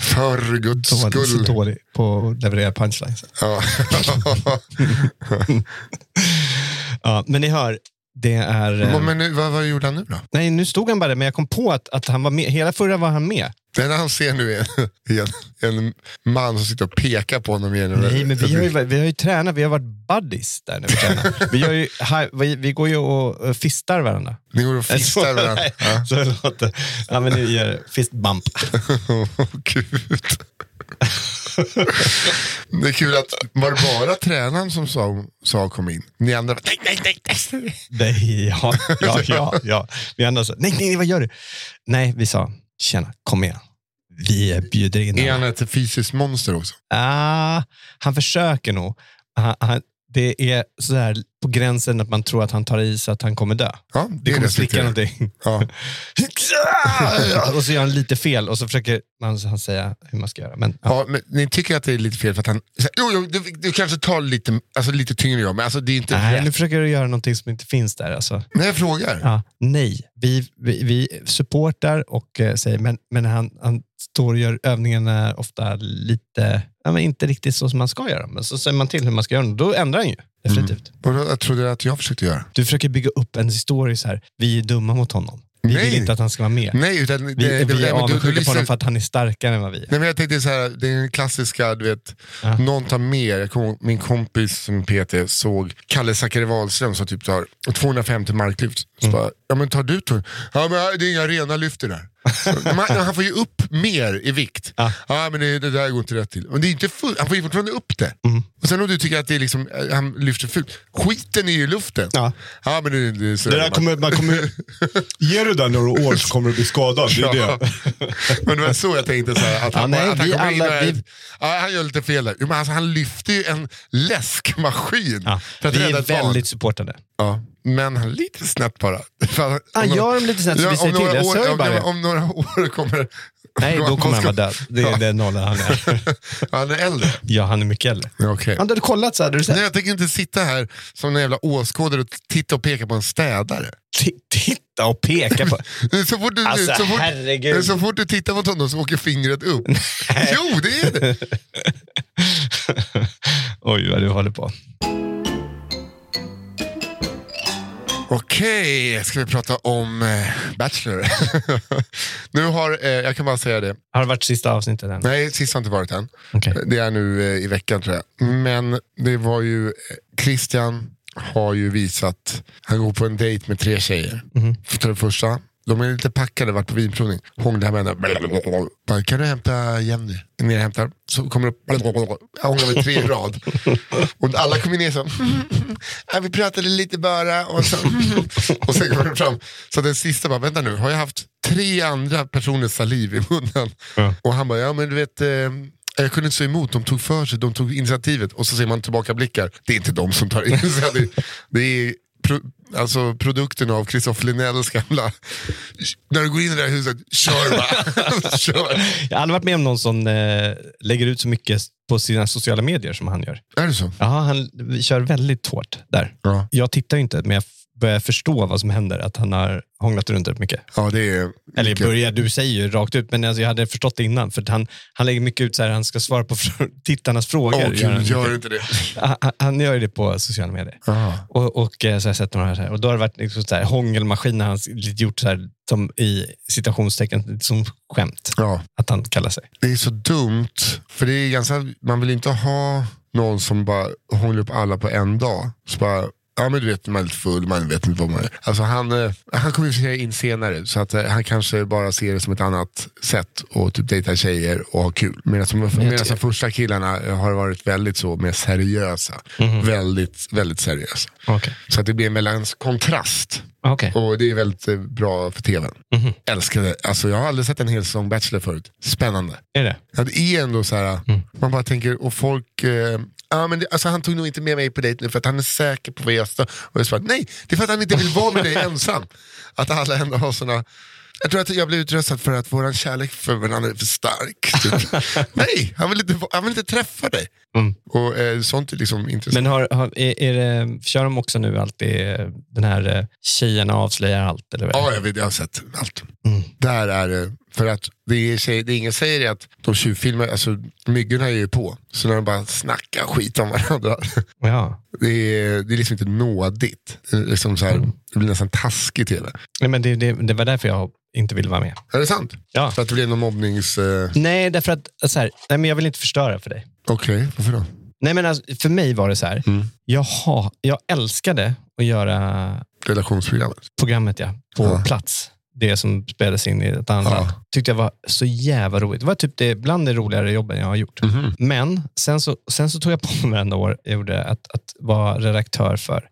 För guds
Då var det så
skull.
dålig på att leverera punchlines.
Ja.
Ja, men ni hör, det är... eh,
men nu, vad, vad gjorde han nu då?
Nej, nu stod han bara där, men jag kom på att, att han var med. Hela förra var han med.
Det enda han ser nu är en, en man som sitter och pekar på honom igen.
Nej, men vi har ju, vi har ju tränat, vi har varit buddies där när vi tränar. Vi, gör ju, hi- vi, vi går ju och eh, fistar varandra.
Ni går och fistar varandra.
Nej,
Ja.
Så det låter. Ja, men nu gör det fist bump.
Åh, Gud. Det är kul att var det bara tränaren som sa, sa kom in? Ni andra bara, nej, nej, nej, nej.
Nej, ja, ja, ja, ja. Vi andra sa, nej, nej, vad gör du? Nej, vi sa, tjena, kom igen. Vi bjuder in
Är
honom.
han ett fysiskt monster också?
Ah, han försöker nog. Han, han, det är sådär på gränsen att man tror att han tar i så att han kommer dö.
Ja,
Det kommer slicka
respekterar jag.
någonting.
Ja.
och så gör han lite fel och så försöker man, han säga hur man ska göra. Men, ja.
Ja, men ni tycker att det är lite fel för att han... så här, Jo, jo du, du kanske tar lite, alltså, lite tyngre än jag, men alltså, det är inte
Nej,
rätt.
nu försöker du göra någonting som inte finns där. Alltså.
När jag frågar.
Ja, nej, vi, vi, vi supportar och eh, säger, men, men han, han står och gör övningarna ofta lite, ja, men inte riktigt så som man ska göra dem. Men så säger man till hur man ska göra dem, då ändrar han ju. Definitivt.
Och då, jag trodde att jag försökte göra.
Du försöker bygga upp en historia så här, vi är dumma mot honom. Vi
Nej.
vill inte att han ska vara med.
Nej, utan... Det,
Vi,
det, nej,
vi är
men du- du
avundsjuka på
lyssnar-
honom för att han är starkare än vad vi är.
Nej, men jag tänkte så här, det är den klassiska, du vet,
Ja.
någon tar mer. Jag kommer ihåg min kompis som PT såg Kalle Zackari Wahlström som typ tar 250 marklyft.
Mm.
Så bara, ja men tar du tur? Ja men det är inga rena lyft det där. Men han, han får ju upp mer i vikt. Ja,
Ja.
men det, det där går inte rätt till. Men det är inte full, han får ju fortfarande upp det.
Mm.
Och sen om du tycker att det är liksom, eh, han lyfter fult. Skiten är ju i luften.
Ja.
ja men det, det, är så
Det där kommer, man kommer, ger du den några år så kommer du bli skadad. Det är
Ja.
det.
Men det var så jag tänkte, så här, att
Ja,
han, bara-
nej,
att han
vi
kommer in och
alla-
är-
vi-
ja, han gör lite fel där. Jo, men alltså, han lyfter ju en läskmaskin
Ja.
för att
Vi
rädda
är
ett barn.
väldigt supportande.
Ja. Men han är lite snett bara. För han-
Han
om några-
gör dem lite snett så vi
om
säger till.
några
Jag
år-
sa ju
om
bara
några-
det.
Om några år kommer...
Nej, då kommer han vara
ska-
död. Det är
Ja.
den nollan han är.
Han är äldre.
Ja, han är mycket äldre.
Ja, Okej.
Hade du kollat så hade du
Nej,
sett.
jag tänker inte sitta här som en jävla åskådare och titta och peka på en städare.
Ti- Titta och peka på.
Så fort, du,
Alltså,
så, fort,
herregud.
så fort du tittar mot honom så åker fingret upp. jo, det är det.
Oj, vad du håller på.
Okej, ska vi prata om eh, Bachelor? nu har, eh, jag kan bara säga det,
Har det varit sista avsnittet än?
nej sist har inte varit än.
Okej.
Det är nu eh, i veckan tror jag. Men det var ju, eh, Christian har ju visat, han går på en dejt med tre tjejer. För det första De är lite packade, varit på vinprovning. Hånglade med henne. Bara, Kan du hämta Jenny? Ner och hämtar. Så kommer upp. Jag hånglar med tre i rad. Och alla kommer ner så. Ja, vi pratade lite bara. Och, så, och sen kommer de fram. Så den sista bara, vänta nu. Har jag haft tre andra personers saliv i munnen? Och han bara, ja men du vet. Eh, jag kunde inte stå emot, de tog för sig, de tog initiativet och så ser man tillbaka blickar. Det är inte de som tar initiativ. Det är pro, alltså produkten av Christopher Linnells gamla, när du går in i det här huset, kör bara. kör.
Jag har aldrig varit med om någon som eh, lägger ut så mycket på sina sociala medier som han gör.
Är det så?
Ja, han kör väldigt hårt där.
Ja.
Jag tittar ju inte, men jag f- börjar förstå vad som händer, att han har hånglat runt rätt mycket.
Ja, det är...
Eller
mycket.
börjar, du säger ju rakt ut, men alltså, jag hade förstått det innan. För att han, han lägger mycket ut så här, han ska svara på fr- tittarnas frågor.
Åh
gör han,
gud, gör inte det.
han, han gör ju det på sociala medier.
Ja.
Och, och eh, så har jag sett några här, så här. Och då har det varit liksom så här, hångelmaskiner han s- lite gjort så här, som i citationstecken, lite som skämt.
Ja.
Att han kallar sig.
Det är så dumt, för det är ganska, man vill inte ha någon som bara håller upp alla på en dag. Så bara, ja men du vet, man är lite full, man vet inte vad man är. Alltså han, eh, han kommer ju för sig in senare, så att eh, han kanske bara ser det som ett annat sätt att typ dejta tjejer och ha kul. Medan de, medan de första killarna eh, har varit väldigt så mer seriösa. Väldigt, väldigt seriösa.
Okej.
Så att det blir en mellans kontrast.
Okej.
Och det är väldigt eh, bra för tvn. Älskar det. Alltså, jag har aldrig sett en hel säsong Bachelor förut. Spännande.
Är det?
Ja, det är ändå så här,
Mm.
man bara tänker, och folk, eh, ah, men det, alltså, han tog nog inte med mig på dejt nu för att han är säker på vad jag står. Och jag svarar, nej, det är för att han inte vill vara med dig ensam. Att alla ändå har såna jag tror att jag blev utröstad för att våran kärlek för varandra är för stark. Typ. nej, han vill, inte, va- han vill inte träffa dig.
Mm.
Och eh, sånt är liksom intressant.
Men har, har, är, är det, kör de också nu alltid eh, den här eh, tjejerna avslöjar allt? Eller vad?
Ja, jag, vet, jag har sett allt.
Mm.
Där är det, för att det är, tjej, det är ingen säger det att de tjuvfilmar, alltså myggorna är ju på. Så när de bara snackar skit om varandra.
ja.
Det är, det är liksom inte nådigt. Det, är liksom så här,
Mm.
det blir nästan taskigt hela.
Nej, men det, det, det var därför jag inte ville vara med.
Är det sant?
Ja.
För att det blev någon mobbnings... Eh,
Nej, därför att så här, nej, men jag vill inte förstöra för dig.
Okej, varför då?
Nej, men alltså, för mig var det så här.
Mm.
Jag, ha, jag älskade att göra
Relationsprogrammet.
programmet ja, på
Ja.
plats. Det som spelades in i ett annat
Ja.
land. Tyckte jag var så jävla roligt. Det var typ det, bland de roligare jobben jag har gjort. Men sen så, sen så tog jag på mig varenda år jag gjorde att, att vara redaktör för,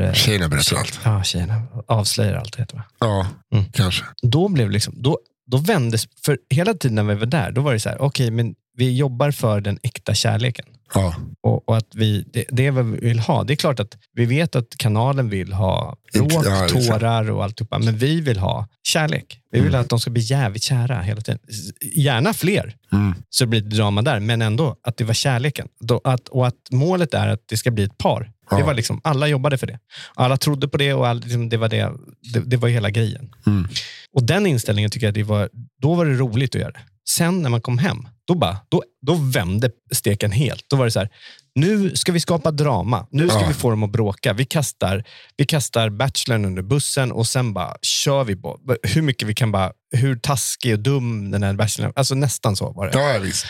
eh,
Tjejerna berättar allt.
ja, tjejerna. Avslöjar allt det heter det, va?
Ja,
Mm.
kanske.
då blev liksom, då, då vändes, för hela tiden när vi var där, då var det så här, okej, men vi jobbar för den äkta kärleken.
Ja.
Och, och att vi, det, det är vad vi vill ha. Det är klart att vi vet att kanalen vill ha
Inte-
bråk,
ja, exakt.
tårar och alltihopa, men vi vill ha kärlek. Vi vill att de ska bli jävligt kära hela tiden. S- Gärna fler,
Mm.
så det blir ett drama där, men ändå att det var kärleken. Då, att, och att målet är att det ska bli ett par. Det
Ja.
var liksom, alla jobbade för det. Alla trodde på det och all, liksom, det, var det, det, det var hela grejen.
Mm.
Och den inställningen tycker jag, att det var, då var det roligt att göra det. Sen när man kom hem, då, bara, då, då vände steken helt. Då var det så här, nu ska vi skapa drama. Nu ska
Ja.
vi få dem att bråka. Vi kastar, vi kastar bachelorn under bussen och sen bara kör vi på. Hur mycket vi kan bara, hur taskig och dum den här bachelorn Alltså nästan så var det.
Ja, ja, visst.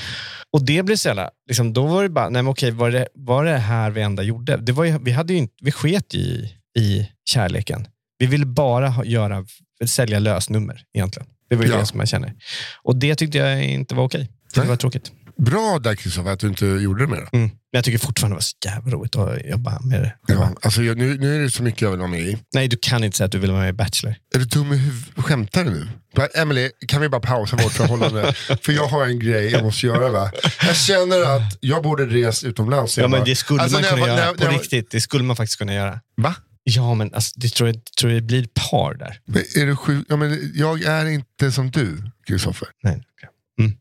Och det blev så jävla, liksom, då var det bara, nej men okej, var det, var det här vi enda gjorde? Det var ju, vi, hade ju inte, vi sket ju i, i kärleken. Vi ville bara ha, göra, sälja lösnummer egentligen. Det var ju
Ja.
det som jag känner. Och det tyckte jag inte var okej. Det
Nej.
var tråkigt.
Bra där Kristoffer att du inte gjorde det mer.
Mm. Men jag tycker fortfarande det var så jävla roligt att jobba med det.
Ja. Alltså, jag, nu, nu är det så mycket jag vill vara med i.
Nej, du kan inte säga att du vill vara med i Bachelor.
Är du dum i huvudet? Skämtar du nu? Va, Emily, kan vi bara pausa vårt förhållande? För jag har en grej jag måste göra. Va? Jag känner att jag borde resa utomlands.
Ja,
Jag
men
bara-
det skulle
Alltså,
man
när jag
kunna
var-
göra.
när jag-
på
när jag-
riktigt, det skulle man faktiskt kunna göra.
Va?
Ja, men alltså, det tror jag, tror jag blir par där.
Men är du sjuk? Ja, men jag är inte som du, Kristoffer.
Nej, okej.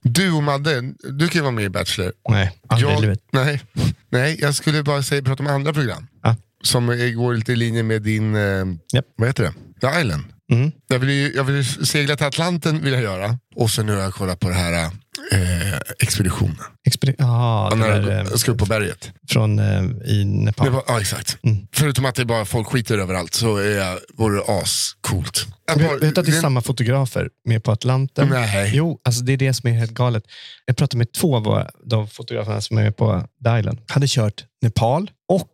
Du och Madde, du kan ju vara med i Bachelor.
nej aldrig i
Jag,
livet.
nej, nej, jag skulle bara säga, prata om andra program.
Ja.
Som eh, går lite i linje med din, eh,
Japp.
vad heter det? The Island.
Mm.
Jag vill, ju, jag vill ju segla till Atlanten, vill jag göra. Och sen nu har jag kollat på det här eh, expeditionen.
Expedi- ah,
Ja,
det
när
där, eh,
jag alltså, ska upp på berget.
från eh, i Nepal.
Det var, ja, exakt.
Mm.
Förutom att det är bara folk skiter överallt så är jag, vore det ascoolt. Jag bara-
Vet- Vet du att det är
det-
samma fotografer med på Atlanten?
Nej.
Jo, alltså det är det som är helt galet. Jag pratade med två av våra- de fotograferna som är med på The Island. Hade kört Nepal och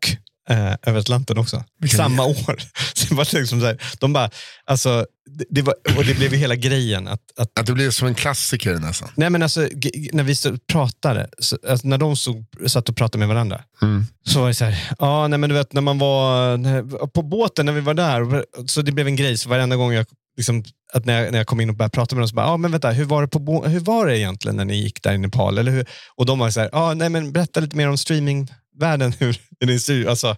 eh, över Atlanten också. Samma år. Så det var liksom så här, de bara, alltså, det, det var, och det blev ju hela grejen att, att
Att det blir som en klassiker nästan.
Nej men alltså, g- g- när vi stod, pratade, så, alltså, när de stod, satt och pratade med varandra,
Mm.
så var det så här, ja nej men du vet när man var när, på båten när vi var där, så det blev en grej, så varenda gång jag, liksom, att när, jag när jag kom in och började prata med dem, så bara, ja men vänta, hur var det, på, bå- hur var det egentligen när ni gick där i Nepal? Eller hur? Och de var så här, ja nej men berätta lite mer om streamingvärlden, hur den ser ut. Alltså,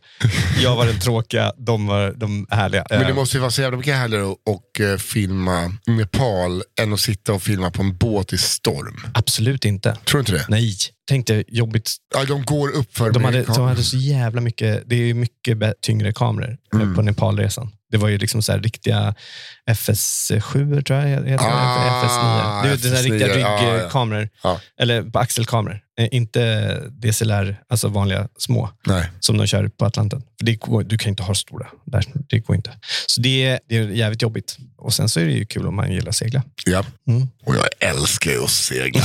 jag var den tråkiga, de var de härliga.
Men det
Eh,
måste ju vara så jävla mycket härligare att och, eh, filma i Nepal än att sitta och filma på en båt i storm.
Absolut inte.
Tror du inte det?
Nej, tänk dig jobbigt
Ja, de går upp för
De hade,
amerikan-
de hade så jävla mycket, det är ju mycket bä- tyngre kameror eh,
Mm.
på Nepalresan. Det var ju liksom så här riktiga FS7, tror jag heter
Ah,
ah, FS9. Det är ju sådana här riktiga
FS9, ja, ja.
ryggkameror,
Ja.
eller på axelkameror. Eh, Inte DSLR, alltså vanliga små,
Nej.
som de kör på Atlanten. För det går, du kan inte ha stora där, det går inte. Så det, är- det är jävligt jobbigt. Och sen så är det ju kul om man gillar att segla.
Ja.
Mm.
Och jag älskar ju att segla.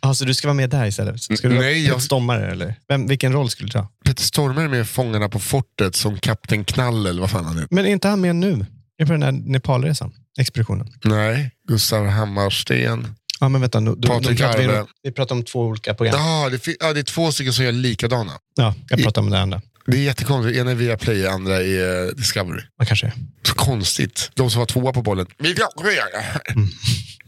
Ah, så du ska vara med där istället? Ska du vara
Nej, jag-
stommare, eller? Vem, vilken roll skulle du ta?
Peter Stormare är med i Fångarna på fortet som Kapten Knall eller vad fan han heter.
Men är inte han med nu? Är på den här Nepalresan? Expeditionen?
Nej, Gustav Hammarsten.
Ja, men vänta. Nu, du,
Patrik
nu pratar vi,
Arve.
vi pratar om två olika program.
Ja, det, fi- ja, det är två stycken som gör likadana.
Ja, jag pratar om det andra.
Det är jättekonstigt. Ena är Viaplay, andra är eh, Discovery.
Vad kanske är.
Så konstigt. De som var tvåa på bollen. Vi plockar.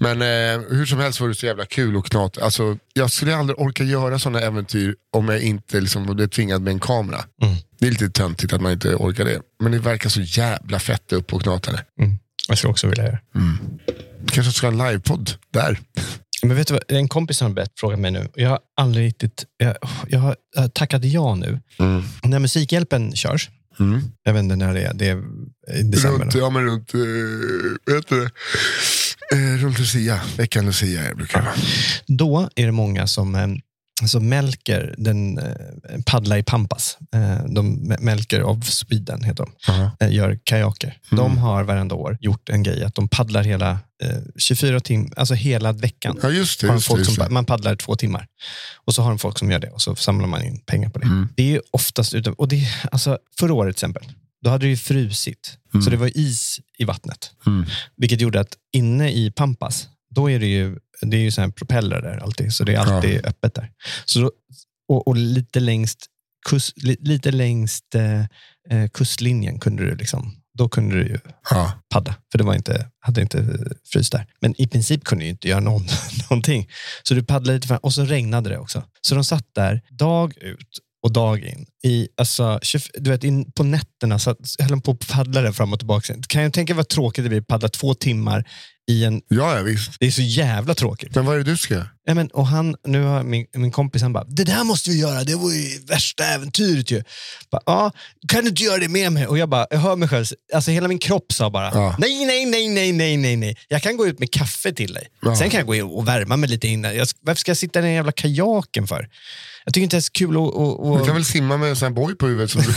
Men eh, hur som helst var det så jävla kul och knat. Alltså, jag skulle aldrig orka göra sådana äventyr om jag inte liksom, blev tvingad med en kamera.
Mm.
Det är lite töntigt att man inte orkar det. Men det verkar så jävla fett upp och knatande.
Jag skulle också vilja göra.
Kanske ska ha en livepodd där.
Men vet du vad? En kompis har bett fråga mig nu. och Jag har aldrig riktigt... Jag, jag har jag har tackat ja nu.
Mm.
När Musikhjälpen körs. Jag vet inte när det är. Det är i december.
Runt,
då.
ja, men runt, eh, vad heter det? Eh, runt Lucia. Veckan Lucia jag brukar vara.
Då är det många som, eh, som mälker den eh, paddla i Pampas. Eh, De mälker of Sweden, heter de. eh, gör kajaker.
Mm.
De har varenda år gjort en grej att de paddlar hela eh, 24 timmar, alltså hela veckan.
Ja, just det.
har de
Just det,
folk
just
som,
det.
man paddlar två timmar och så har de folk som gör det och så samlar man in pengar på det.
Mm.
Det är ju oftast utav, och det, alltså, förra året till exempel, då hade det ju frusit. Så det var is i vattnet. Vilket gjorde att inne i Pampas, då är det ju, det är ju så här propeller där alltid. Så det är alltid öppet där. Så då, och, och lite längst, kus, li, lite längst eh, eh, kustlinjen kunde du liksom, då kunde du ju
Ja.
padda. För det var inte, hade inte fryst där. Men i princip kunde du ju inte göra någon, någonting. Så du paddlade lite fram och så regnade det också. Så de satt där dag ut och dag in. I, alltså, 20 du vet, in på nätterna så höll de på att paddla där fram och tillbaka. Kan jag tänka vad tråkigt det blir att paddla två timmar i en...
ja, ja, visst.
Det är så jävla tråkigt.
Men vad är det du ska göra?
Ja, men, och han, nu har min, min kompis han bara, det där måste vi göra, det var ju värsta äventyret ju. Bara, Ja, kan du inte göra det med mig? Och jag bara, jag hör mig själv, alltså hela min kropp sa bara,
Ja.
nej, nej, nej, nej, nej, nej, nej. Jag kan gå ut med kaffe till dig.
Ja.
Sen kan jag gå in och värma mig lite innan. Jag, varför ska jag sitta i den jävla kajaken för? Jag tycker inte det är så kul att...
Du
att-
kan
att-
väl simma med en sån här boj på huvudet som du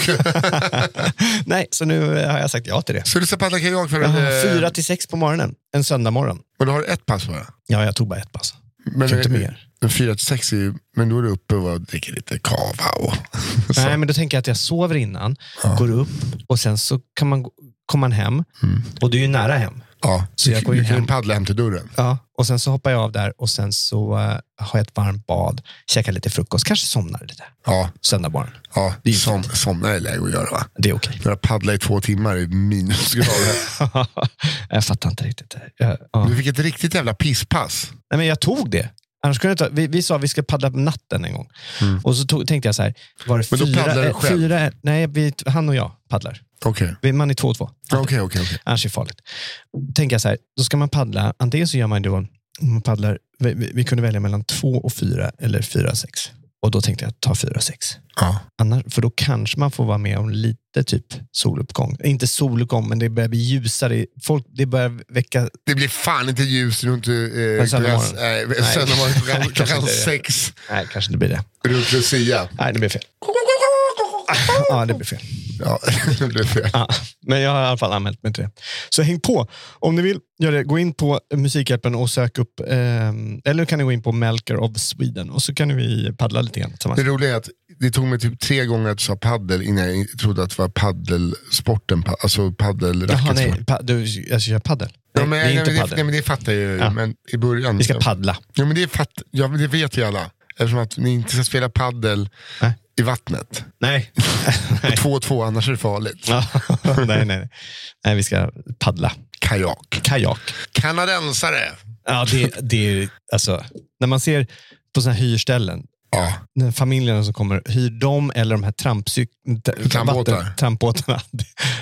nej, så nu har jag sagt ja till det.
Så du ska paddla kajak för
Jaha,
eh,
Fyra till sex på morgonen, en söndag morgon.
Och då har du ett pass bara?
Ja, jag tog bara ett pass.
Men,
Kan inte mer.
Men fyra till sex är ju, men då är du uppe och dricker lite kava och så.
Nej, men då tänker jag att jag sover innan, går upp och sen så kan man, gå- kommer man hem.
Mm.
Och det är ju nära hem.
ja.
så jag går ju
du kan
hem.
paddla hem till dörren.
Ja. Och sen så hoppar jag av där och sen så eh, har jag ett varmt bad, käkar lite frukost, kanske somnar lite.
Ja,
Söndag morgon.
ja.
Det är ju
Som, somna är läge att göra va?
Det är okej.
När jag paddlar i två timmar i minusgrader.
jag fattar inte riktigt. det. Jag, ja.
du fick ett riktigt jävla pisspass.
Nej, men jag tog det. Annars kunde jag ta, vi, vi sa att vi ska paddla på natten en gång. Och så tog, tänkte jag så här, var
Mm.
det
Men då
fyra,
paddlar du
eh,
själv?
fyra... Nej, vi, han och jag paddlar.
Okej,
Vi- Man är två och två.
Ja, okej, okej. okej.
Annars är det farligt. Tänker jag så här, då ska man paddla, antingen så gör man då, man paddlar, vi, vi, vi kunde välja mellan två och fyra eller fyra och sex. Och då tänkte jag ta fyra och sex.
Ja.
Annars, för då kanske man får vara med om lite typ soluppgång. Inte soluppgång, men det börjar bli ljusare. Folk, det börjar väcka...
Det blir fan inte ljus runt eh,
söndag
klockan-
morgon.
nej,
Nej.
söndag morgon
Nej,
klockan,
kanske
klockan
inte det.
sex
Nej, kanske inte blir det.
runt Lucia.
Nej, det blir fel. ja, det blir fel.
Ja, det blev fel.
Ja, men jag har i alla fall anmält mig till det. Så häng på. Om ni vill göra det, gå in på Musikhjälpen och sök upp, ehm, eller kan ni gå in på Melker of Sweden och så kan vi paddla lite grann tillsammans.
Det roliga är att det tog mig typ tre gånger att du sa paddel innan jag trodde att det var paddelsporten, pa- alltså
Jaha,
paddelracket. som-
nej, pa- du, jag ska köra paddel.
Ja,
Nej,
men,
det är
nej,
inte
men det, nej,
paddel.
men det fattar jag ju, men i början. liksom.
Vi ska paddla.
ja, men det, fatt, ja, men det vet ju alla. Eftersom att ni inte ska spela paddel
Nej.
i vattnet.
Nej.
Och två och två, annars är det farligt.
Ja, nej, nej, nej. Nej, vi ska paddla.
Kajak.
Kajak.
Kanadensare.
Ja, det, det är alltså, när man ser på sådana här hyrställen,
Ja.
när familjerna som kommer, hyr dem eller de här trampcyk... t-
Trampbåtar.
vatten- Trampbåtarna.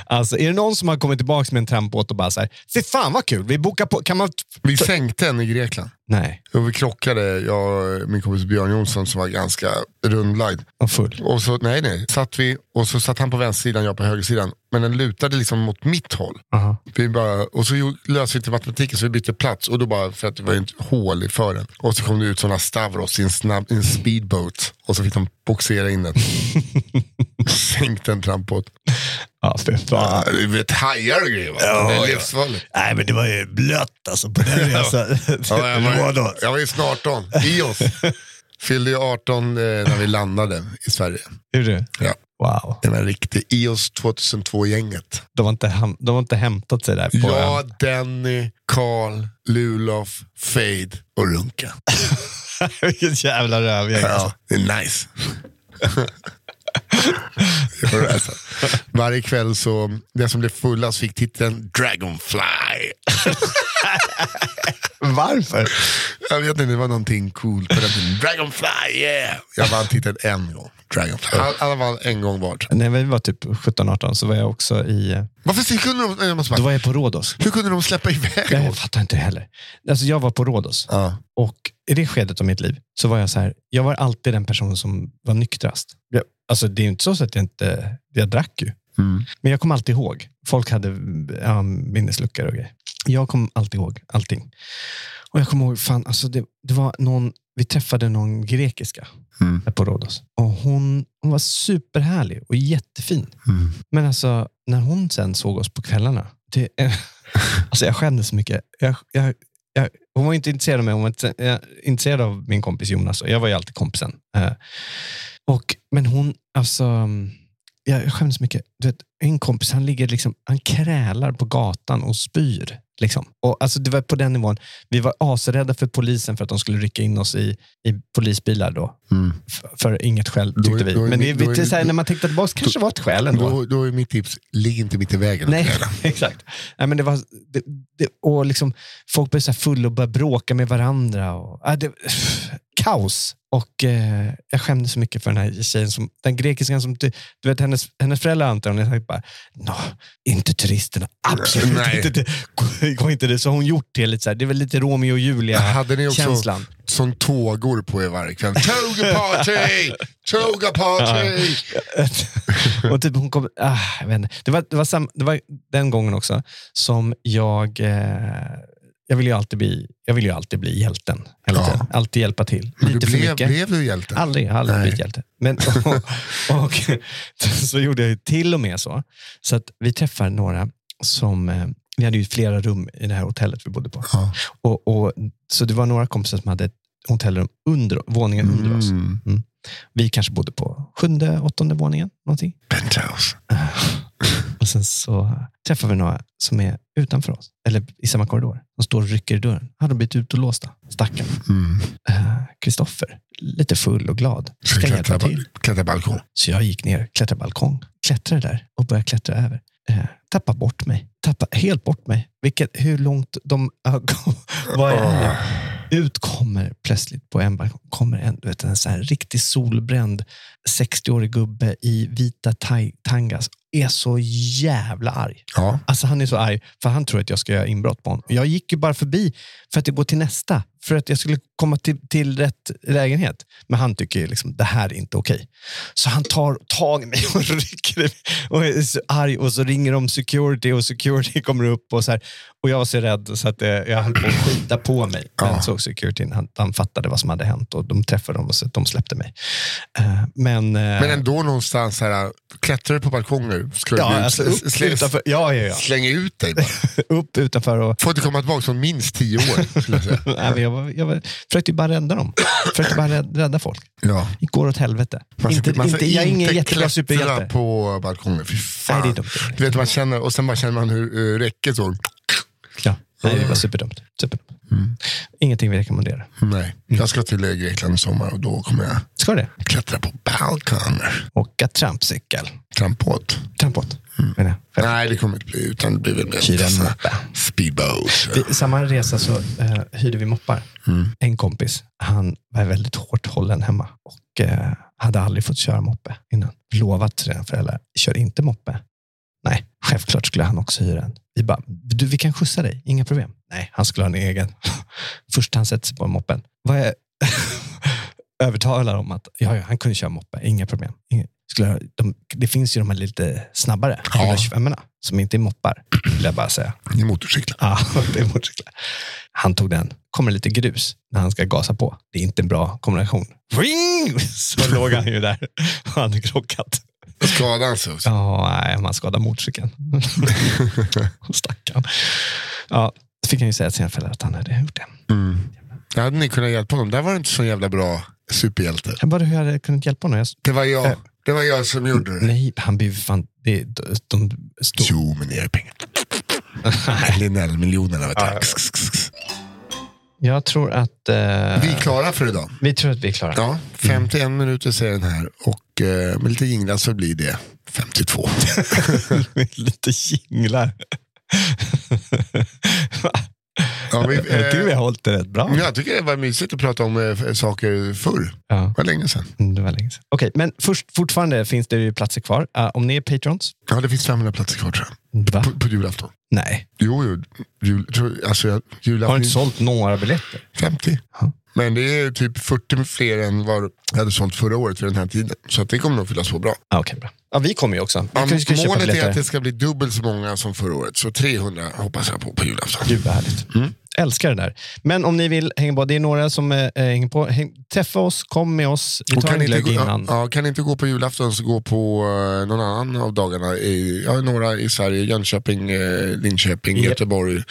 Alltså, är det någon som har kommit tillbaka med en trampbåt och bara så här, fy fan vad kul, vi bokar på, kan man...
Vi sänkte en i Grekland.
Nej,
Och vi krockade, jag och min kompis Björn Jonsson som var ganska rundlagd.
och full.
Och så, nej, nej, satt vi, och så satt han på vänstersidan, jag på högersidan. Men den lutade liksom mot mitt håll.
Aha.
Vi bara, och så gjorde- löste vi inte matematiken så vi bytte plats. Och då bara, för att det var ju ett hål i fören. Och så kom det ut sådana Stavros i en, snabb, i en speedboat. Och så fick de boxera in den. Sänkte en trampbåt.
Ja, fy
Ja,
fan.
Du vet hajar och grejer va? det är livsfarligt.
Nej, men det var ju blött alltså på den resan.
Ja, jag, var,
Rådås.
jag var ju snart 18, i oss. Fyllde ju 18 eh, när vi landade i Sverige.
Gjorde du?
Ja.
Wow.
Den här riktig IOS 2002-gänget.
De har, inte ham- de har inte hämtat sig där. På
Jag,
ön.
Denny, Karl, Lulof, Fade och Runka.
Vilket jävla rövgäng. alltså.
Ja, det är nice. Det var det alltså. Varje kväll så, den som blev fullast fick titeln Dragonfly.
Varför?
Jag vet inte, det var någonting coolt på den tiden. Dragonfly, yeah! Jag vann titeln en gång. Dragonfly. Alla- Alla vann en gång vart.
När vi var typ 17-18 så var jag också i...
Varför så kunde de, jag måste
Då
bara,
var jag på Rhodos.
hur kunde de släppa iväg
Jag
oss?
fattar inte heller. Alltså jag var på Rhodos
Ja.
och i det skedet av mitt liv så var jag så här, jag var alltid den person som var nyktrast. Jag, alltså det är ju inte så att jag inte, jag drack ju.
Mm.
Men jag kom alltid ihåg. Folk hade ja, minnesluckor och grejer. Jag kom alltid ihåg allting. Och jag kommer ihåg, fan, alltså det, det var någon, vi träffade någon grekiska
Mm.
där på Rhodos. Och hon, hon var superhärlig och jättefin.
Mm.
Men alltså, när hon sen såg oss på kvällarna. Det, alltså jag skämdes så mycket. Jag, jag, jag, hon var inte intresserad av mig, hon var inte, eh, intresserad av min kompis Jonas. Och jag var ju alltid kompisen. Eh, och, men hon, alltså, mm, jag skämdes så mycket. Du vet, en kompis, han ligger liksom, han krälar på gatan och spyr. Liksom. Och, alltså, det var på den nivån. Vi var asrädda för polisen för att de skulle rycka in oss i, i polisbilar då.
Mm.
F- För inget skäl
Då är-
tyckte vi.
då är
Men
ni-
det,
då är
det,
ni-
så här, när man tittar tillbaka kanske var ett skäl ändå.
Då, då är mitt tips, ligg inte mitt i vägen.
Nej, exakt. Nej, men det var, det, det, och liksom, folk blev så här fulla och började bråka med varandra. Och, ah, det, kaos. Och eh, jag skämdes så mycket för den här tjejen, som, den grekiskan som, du, du vet hennes, hennes föräldrar antar jag, hon bara, Nå, inte turisterna, absolut
Nej.
inte. Det, gå, gå inte det. Så har hon gjort det lite så här, det är väl lite Romeo och
Hade ni också
Julia-känslan.
som tågor på er varje kväll? Toga party! Toga party!
och typ hon kom, ah, jag vet inte. Det, var, det, var sam, det var den gången också som jag... Eh, jag vill ju alltid bli, jag vill ju alltid bli hjälten. Hela
Ja.
tiden. Alltid hjälpa till.
Du
Lite för
blev,
mycket.
blev du hjälte?
Aldrig, jag har aldrig
Nej.
blivit hjälte. Men, och, och, så gjorde jag ju till och med så. Så att vi träffade några som... eh, Vi hade ju flera rum i det här hotellet vi bodde på.
Ja.
Och, och, så det var några kompisar som hade ett hotellrum under, våningen under oss.
Mm.
Vi kanske bodde på sjunde, åttonde våningen. Någonting.
Penthouse.
Och sen så träffar vi några som är utanför oss, eller i samma korridor. De står och rycker i dörren. Hade de blivit utelåsta? Stackarn. Eh,
Mm.
Kristoffer, lite full och glad.
Ska
Ska hjälpa
klättra, ba-
till.
klättra balkon.
Så jag gick ner, klättrade balkong, klättrade där och började klättra över. Eh, tappa bort mig. Tappa helt bort mig. Vilket, hur långt de... Vad är det? Ut kommer plötsligt på en balkong kommer en, du vet, en så här riktig solbränd 60-årig gubbe i vita thai- tangas. Är så jävla arg.
Ja.
Alltså han är så arg, för han tror att jag ska göra inbrott på honom. Jag gick ju bara förbi för att gå till nästa, för att jag skulle komma till, till rätt lägenhet. Men han tycker ju liksom, det här är inte okej. Så han tar tag i mig och rycker i mig och är så arg och så ringer de security och security kommer upp och så här. Och jag var så rädd så att eh, jag höll på att skita på mig. Men så security, han, han fattade vad som hade hänt och de träffade dem och så, de släppte mig. Eh, Men Men, eh,
Men ändå någonstans, så här, klättrar du på balkonger, ska
ja,
du
alltså, upp,
slä-
utanför, ja, ja, ja.
slänga ut dig bara.
upp utanför och
Får inte komma tillbaka som minst tio år. Skulle jag säga.
Nej, men jag, var, jag var, försökte ju bara rädda dem. Försökte bara rädda, rädda folk.
Ja.
Det går åt helvete. inte, inte, jag är ingen jättebra superhjälte.
på balkongen. Fy fan.
Nej, det är dumt.
Du vet, man känner, och sen bara känner man hur uh, räcket så.
Ja. Nej, det var superdumt. superdumt. Ingenting vi rekommenderar.
Nej, jag ska till eh, Grekland i sommar och då kommer jag
Ska det?
klättra på balkonger.
Åka trampcykel.
Trampåt.
Trampbåt, menar jag.
Nej, det kommer inte bli, utan det blir väl mer
Hyra en
såna-
moppe.
speedboat.
Vi, samma resa så eh, hyrde vi moppar. En kompis, han var väldigt hårt hållen hemma och eh, hade aldrig fått köra moppe innan. Lovat till sina föräldrar, kör inte moppe. Nej, självklart skulle han också hyra en. Vi bara, du, vi kan skjutsa dig, inga problem. Nej, han skulle ha en egen. Först han sätter sig på moppen. Vad jag övertalar om att ja, ja, han kunde köra moppe, inga problem. Inga, skulle, ha- de, det finns ju de här lite snabbare,
Ja.
125 som inte är moppar, vill jag bara säga.
Det är motorcyklar.
Ja, det är motorcyklar. Han tog den. Kommer lite grus när han ska gasa på. Det är inte en bra kombination. Ring! Så låg han ju där. Han hade krockat.
Skadan så. också.
Ja, nej, man skadade motorcykeln. Stackarn. Ja, då fick han ju säga till sina föräldrar att han hade gjort det.
Där hade ni kunnat hjälpa honom. Där var du inte så jävla bra superhjälte.
Jag bara, hur hade jag kunnat hjälpa honom? Jag, s-
Det var jag, det var jag som gjorde det.
nej, han blev fan... Det, de, de stod...
Jo, men det är pengar. Linnell-miljonerna. vet du. Kss, kss, kss.
Jag tror att... eh,
Vi är klara för idag.
vi tror att vi är klara.
Ja, 51 minuter säger den här och eh, med lite jinglar så blir det 52.
Med lite jinglar. Va?
Ja, vi,
jag tycker vi
eh,
har hållit det rätt bra.
jag tycker det var mysigt att prata om eh, saker förr. Det
Ja.
var länge sedan.
Mm, Det var länge sedan. Okej, men först, fortfarande finns det ju platser kvar. Eh, om ni är patrons.
Ja, det finns 500 platser kvar tror jag.
Va?
På, på julafton.
Nej.
Jo, jo. Jul, tror- alltså, jag,
Har du
julafton
inte sålt några biljetter?
50.
Ja.
Men det är typ 40 fler än vad jag hade sålt förra året vid den här tiden. Så att det kommer nog fyllas på bra.
Ah, Okej, bra. Ja, vi kommer ju också. Vi
Ja,
kanske ska köpa
målet är
biljetter.
att det ska bli dubbelt så många som förra året. Så 300 hoppas jag på på julafton.
Gud vad härligt.
Mm.
Älskar det där. Men om ni vill hänga på, det är några som eh, hänger på. Häng, träffa oss, kom med oss. Vi
Och
tar en
kan, inte
glögg
gå, ja,
innan.
ja, kan inte gå på julafton så gå på eh, någon annan av dagarna. I, ja, några i Sverige, Jönköping, eh, Linköping,
Japp.
Göteborg,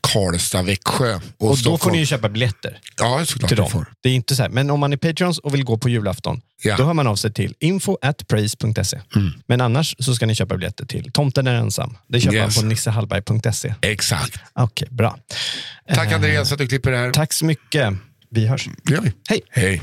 Karlstad, Växjö och,
Och då får
Stockholm.
ni ju köpa biljetter
Ja, såklart
till
ni
dem.
får.
Det är inte så här. Men om man är patrons och vill gå på julafton,
Ja. Mm.
då hör man av sig till info at praise.se. Men annars så ska ni köpa biljetter till Tomten är ensam. Det köper
Yes.
man på nissehallberg.se.
Exakt.
Okej, bra. Eh,
Tack Andreas att du klipper det här.
Tack så mycket. Vi hörs.
Det gör vi.
Hej.
Hej.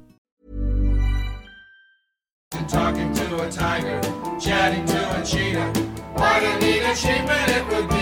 talking to a tiger, chatting to a cheetah. What a neat achievement it would be